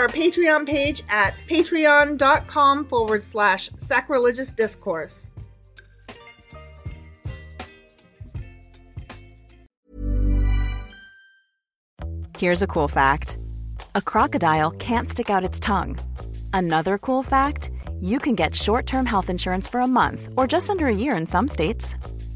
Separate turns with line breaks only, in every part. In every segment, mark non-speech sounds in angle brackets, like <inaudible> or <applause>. our Patreon page at patreon.com forward slash sacrilegious discourse.
Here's a cool fact a crocodile can't stick out its tongue. Another cool fact you can get short term health insurance for a month or just under a year in some states.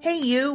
Hey, you,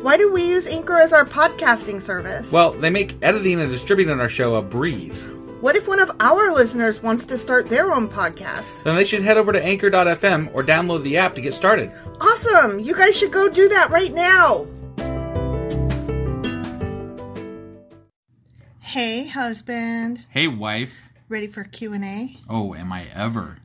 Why do we use Anchor as our podcasting service?
Well, they make editing and distributing our show a breeze.
what if one of our listeners wants to start their own podcast?
Then they should head over to anchor.fm or download the app to get started.
Awesome! You guys should go do that right now! Hey, husband.
Hey, wife.
Ready for Q&A?
Oh, am I ever?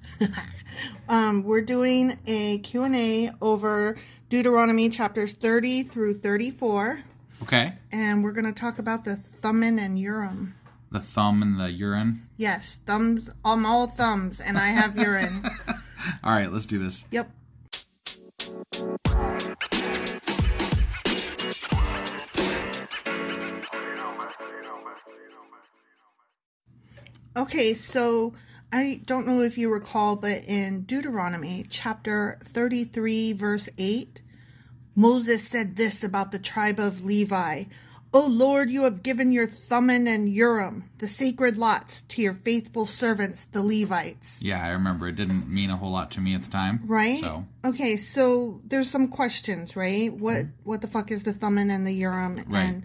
Um, we're doing a Q&A over Deuteronomy chapters 30 through 34,
Okay.
and we're going to talk about the thumbin and urim.
The thumb and the urine.
Yes, thumbs. I'm all thumbs, and I have urine.
All right, let's do this.
Yep. Okay, so I don't know if you recall, but in Deuteronomy chapter 33, verse 8, Moses said this about the tribe of Levi O Lord, you have given your Thummim and Urim, the sacred lots, to your faithful servants, the Levites.
Yeah, I remember. It didn't mean a whole lot to me at the time.
Right?
So,
Okay, so there's some questions, right? What what the fuck is the Thummim and the Urim?
Mm-hmm. Right.
And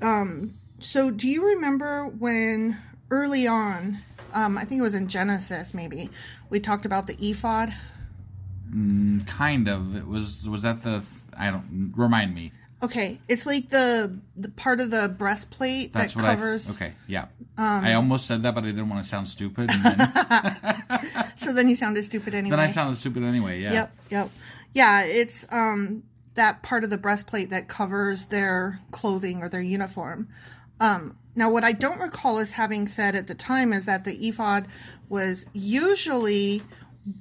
um so do you remember when early on, um, I think it was in Genesis maybe, we talked about the ephod?
kind of. It was, was that the, I don't, remind me.
Okay, it's like the the part of the breastplate
That's
that
what
covers. um,
I, okay, yeah. I almost said that, but I didn't want to sound stupid. And then,
<laughs> So then you sounded stupid anyway.
then I sounded stupid anyway, yeah.
Yep, yep. Yeah, it's um that part of the breastplate that covers their clothing or their uniform. Um now what I don't recall as having said at the time is that the ephod was usually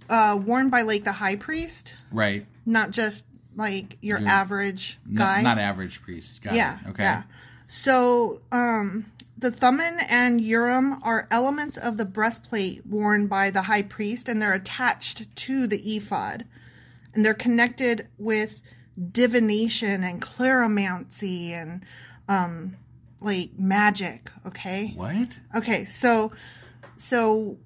uh, worn by like the high priest,
Right.
not just like your average
N-
guy.
not average priest. Got
Yeah.
It. Okay.
Yeah. So um, the Thummim and Urim are elements of the breastplate worn by the high priest, and they're attached to the ephod, and they're connected with divination and clairvoyancy and um, like magic. Okay.
What?
Okay. So, so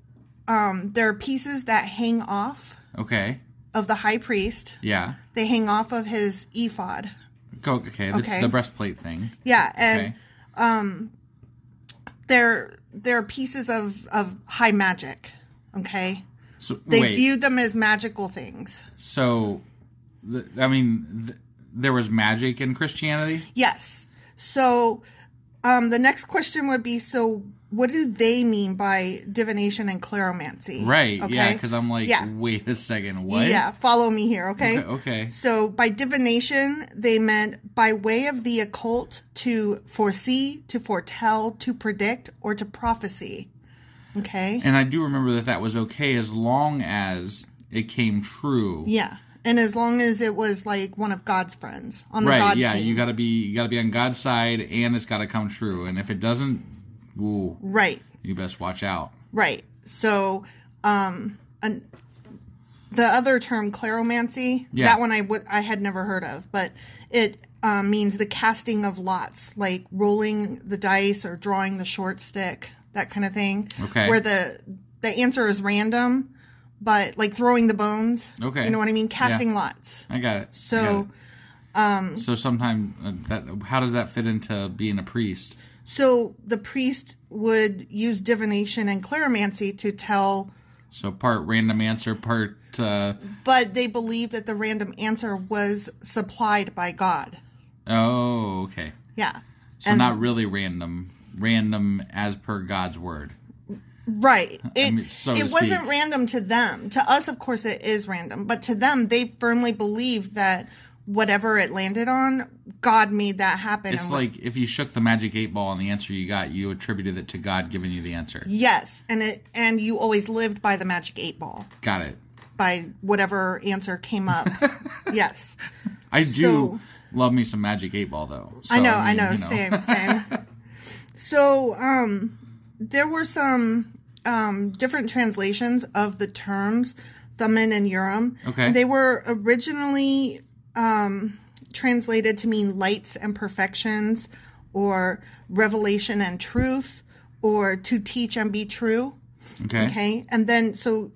um, there are pieces that hang off
Okay.
of the high priest.
Yeah.
They hang off of his ephod.
Go, okay. The,
Okay.
the breastplate thing.
Yeah, and
Okay.
they're they're pieces of of high magic. Okay,
So
they
wait.
viewed them as magical things.
so, th- I mean, th- there was magic in Christianity.
Yes. So, um, the next question would be: So, what do they mean by divination and clairomancy?
Right. Yeah. Because I'm like,
yeah,
wait a second. What?
yeah. Follow me here, okay?
Okay, okay.
So, by divination, they meant by way of the occult to foresee, to foretell, to predict, or to prophecy. Okay.
And I do remember that that was okay as long as it came true.
Yeah. And as long as it was like one of God's friends on the
Right.
God
yeah.
team.
You got to be. You got to be on God's side, and it's got to come true. And if it doesn't, ooh,
right.
you best watch out.
Right. So um an, the other term clairomancy,
Yeah.
that one I would I had never heard of, but it um, means the casting of lots, like rolling the dice or drawing the short stick, that kind of thing.
Okay.
Where the the answer is random, but like throwing the bones.
Okay.
You know what I mean?
Yeah.
Casting lots.
I got it. I
So um,
got it. So sometimes uh, that how does that fit into being a priest?
So the priest would use divination and clairvoyancy to tell,
So part random answer, part uh,
but they believed that the random answer was supplied by God.
oh okay.
Yeah.
So not really random, random as per God's word.
Right. It,
mean, so to
it
speak.
wasn't random to them. To us, of course, it is random, but to them, they firmly believed that whatever it landed on, God made that happen.
It's
and was-
like if you shook the magic eight ball and the answer you got, you attributed it to God giving you the answer.
yes, and it and you always lived by the magic eight ball,
Got it.
by whatever answer came
<laughs>
up. yes.
I do
So-
love me some magic eight ball though. So,
I know, I,
mean,
know,
you
Same, same.
<laughs>
so, um, there were some um, different translations of the terms Thummim and Urim.
Okay.
They were originally um, translated to mean lights and perfections, or revelation and truth, or to teach and be true.
Okay.
Okay. And then, so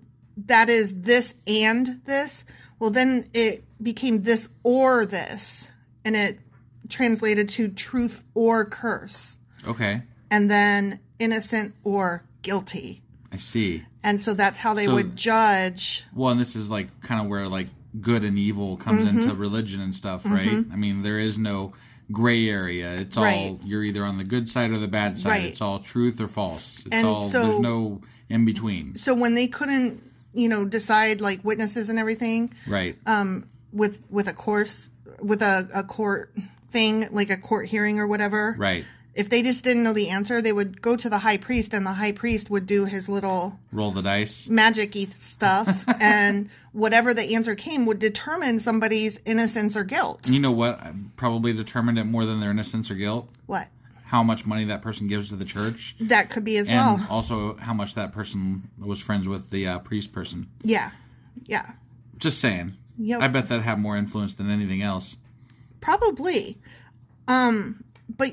that is this and this. Well, then it became this or this, and it translated to truth or curse,
Okay.
and then innocent or guilty.
I see.
And so that's how they
So-
would judge.
Well, and this is like kind of where like good and evil comes
Mm-hmm.
into religion and stuff, right? I mean, there is no gray area. It's all
Right.
you're either on the good side or the bad side.
Right.
It's all truth or false. It's
And
all
so-
there's no in between.
So when they couldn't, you know, decide like witnesses and everything,
Right.
Um, with with a course with a, a court thing like a court hearing or whatever
Right.
if they just didn't know the answer they would go to the high priest and the high priest would do his little
Roll the dice.
magic
<laughs>
stuff and whatever the answer came would determine somebody's innocence or guilt
You know what? Probably determined it more than their innocence or guilt.
what
How much money that person gives to the church,
that could be as
and
well
also how much that person was friends with the uh, priest person.
yeah yeah
Just saying.
Yep.
I bet that had more influence than anything else.
probably um but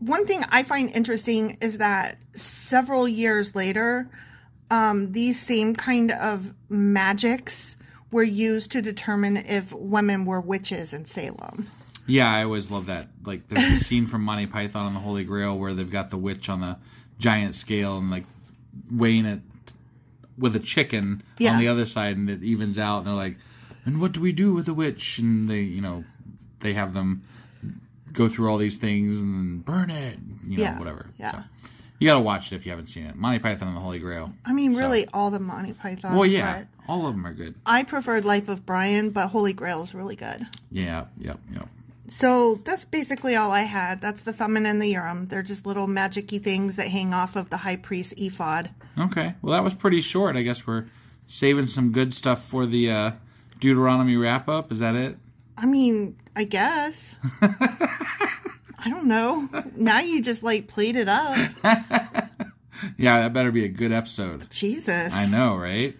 one thing I find interesting is that several years later, um, these same kind of magics were used to determine if women were witches in Salem.
Yeah, I always love that. Like there's a scene from Monty Python and the Holy Grail where they've got the witch on the giant scale and like weighing it with a chicken
Yeah.
on the other side, and it evens out. And they're like, "And what do we do with the witch?" And they, you know, they have them go through all these things and burn it, you know,
Yeah,
whatever.
yeah.
you gotta watch it if you haven't seen it. Monty Python and the Holy Grail.
I mean, really, all the Monty Pythons.
Well, yeah,
But
all of them are good.
I preferred Life of Brian, but Holy Grail is really good.
Yeah, yep, yep.
So that's basically all I had. That's the Thummim and the Urim. They're just little magic-y things that hang off of the high priest ephod.
Okay. Well, that was pretty short. I guess we're saving some good stuff for the uh, Deuteronomy wrap up. Is that it?
I mean,
<laughs>
I guess. I don't know. Now you just like played it up.
Yeah, that better be a good episode.
Jesus.
I know, right?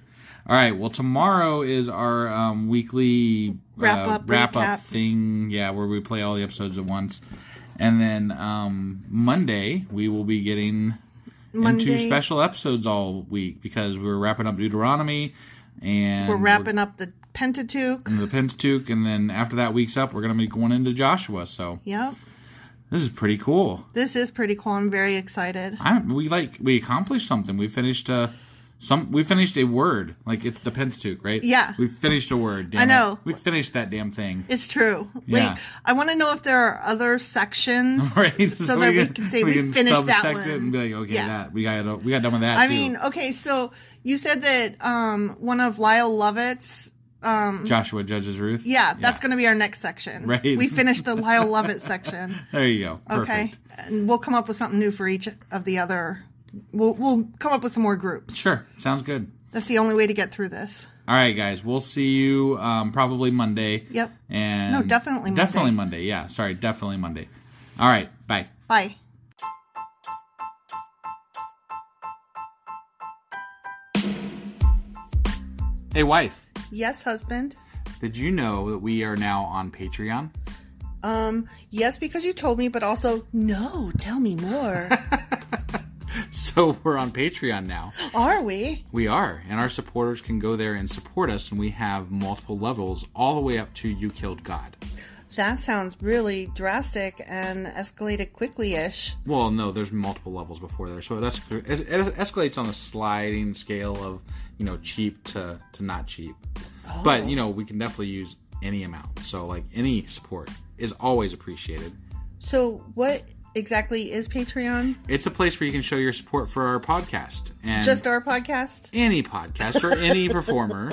All right. Well, tomorrow is our um, weekly
Wrap up,
wrap up
recap.
thing. Yeah, where we play all the episodes at once. And then um, Monday we will be getting into
Monday-
special episodes all week because we're wrapping up Deuteronomy and
We're wrapping up the Pentateuch.
the Pentateuch. And then after that week's up, we're going to be going into Joshua. So
Yep.
this is pretty cool.
This is pretty cool. I'm very excited.
I we like we accomplished something. We finished uh some we finished a word. Like it's the Pentateuch, right?
Yeah.
We finished a word. Damn
I
it.
know.
We finished that damn thing.
It's true.
Yeah.
Like I want to know if there are other sections
<laughs> Right?
so, that we can say we, finished that
subsect
one.
it and be like, okay,
Yeah.
that we got we got done with that
I
too.
mean, okay, so you said that um one of Lyle Lovett's
Joshua judges Ruth.
yeah, that's going to be our next section.
Right.
We
<laughs>
finished the Lyle Lovett section.
There you go.
Okay.
Perfect.
And we'll come up with something new for each of the other we'll we'll come up with some more groups.
Sure. Sounds good.
That's the only way to get through this.
All right, guys. We'll see you um, probably Monday.
Yep.
And
No, definitely Monday.
Definitely Monday. Yeah. Sorry, definitely Monday. All right. Bye.
Bye.
Hey, wife.
Yes, husband.
Did you know that we are now on Patreon? <laughs>
Um, yes, because you told me, but also, no, tell
<laughs>
me more.
So we're on Patreon now.
Are we?
We are, and our supporters can go there and support us, and we have multiple levels all the way up to You Killed God.
That sounds really drastic and escalated quickly ish.
Well, no, there's multiple levels before there, so it, es- it escalates on a sliding scale of you know cheap to to not cheap.
Oh.
But you know we can definitely use any amount, so like any support is always appreciated.
So, what exactly is Patreon?
It's a place where you can show your support for our podcast and
Just our podcast?
any podcast or any
<laughs>
performer.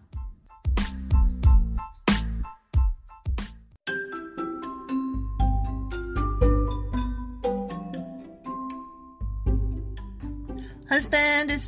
Husband, it's